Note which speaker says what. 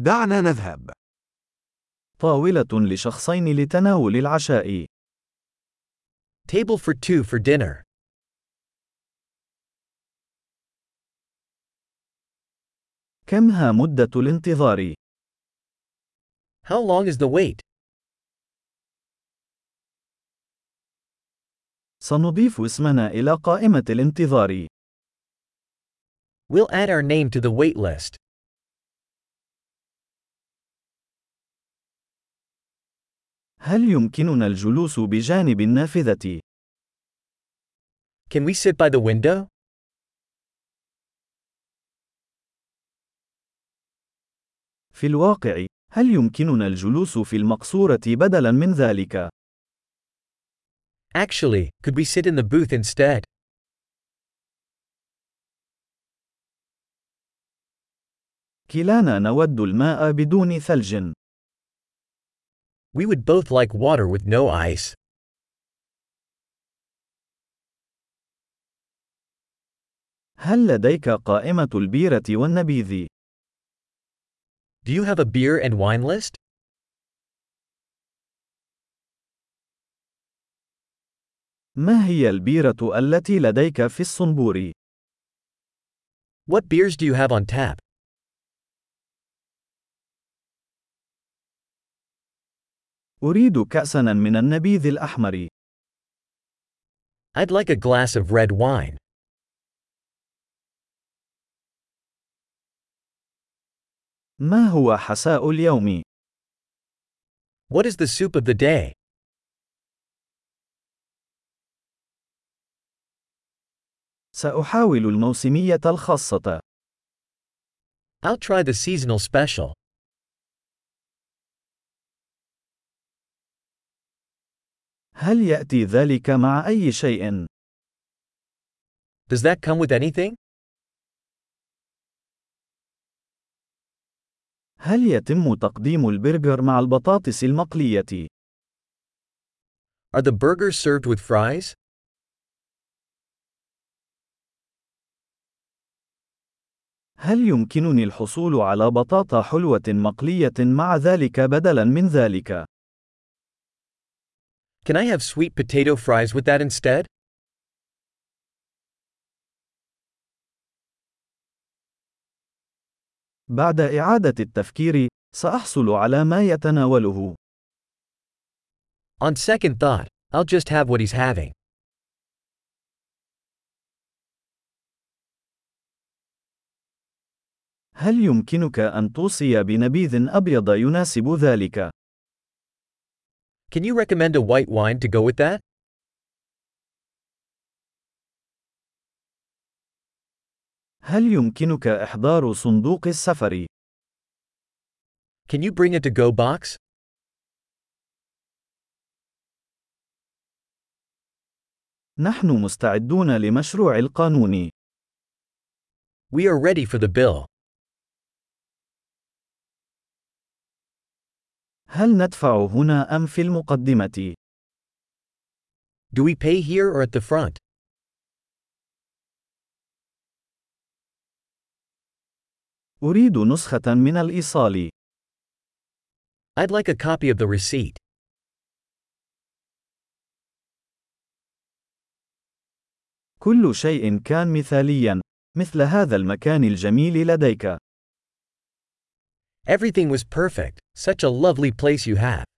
Speaker 1: دعنا نذهب.
Speaker 2: طاولة لشخصين لتناول العشاء.
Speaker 3: Table for two for dinner.
Speaker 2: كم ها مدة الانتظار؟
Speaker 3: How long is the wait?
Speaker 2: سنضيف اسمنا إلى قائمة الانتظار.
Speaker 3: We'll add our name to the wait list.
Speaker 2: هل يمكننا الجلوس بجانب النافذة؟
Speaker 3: Can we sit by the window?
Speaker 2: في الواقع، هل يمكننا الجلوس في المقصورة بدلاً من ذلك؟
Speaker 3: Actually, could we sit in the booth instead?
Speaker 2: كلانا نود الماء بدون ثلج.
Speaker 3: We would both like water with no ice.
Speaker 2: هل لديك قائمة البيرة والنبيذ؟
Speaker 3: Do you have a beer and wine list?
Speaker 2: ما هي البيرة التي لديك في الصنبور؟
Speaker 3: What beers do you have on tap?
Speaker 2: أريد كأساً من النبيذ الأحمر.
Speaker 3: I'd like a glass of red wine.
Speaker 2: ما هو حساء اليوم؟
Speaker 3: What is the soup of the day?
Speaker 2: سأحاول الموسمية الخاصة.
Speaker 3: I'll try the seasonal special.
Speaker 2: هل يأتي ذلك مع أي شيء؟
Speaker 3: Does that come with anything?
Speaker 2: هل يتم تقديم البرجر مع البطاطس المقلية؟
Speaker 3: Are the burgers served with fries?
Speaker 2: هل يمكنني الحصول على بطاطا حلوة مقلية مع ذلك بدلاً من ذلك؟
Speaker 3: Can I have sweet potato fries with that instead?
Speaker 2: بعد إعادة التفكير، سأحصل على ما يتناوله.
Speaker 3: On second thought, I'll just have what he's having.
Speaker 2: هل يمكنك أن توصي بنبيذ أبيض يناسب ذلك؟
Speaker 3: Can you recommend a white wine to go with that?
Speaker 2: هل يمكنك إحضار صندوق السفر؟
Speaker 3: Can you bring a to go box?
Speaker 2: نحن مستعدون لمشروع القانون.
Speaker 3: We are ready for the bill.
Speaker 2: هل ندفع هنا أم في المقدمة؟
Speaker 3: Do we pay here or at the front?
Speaker 2: أريد نسخة من الإيصال.
Speaker 3: I'd like a copy of the receipt.
Speaker 2: كل شيء كان مثاليا، مثل هذا المكان الجميل لديك.
Speaker 3: Everything was perfect, such a lovely place you have.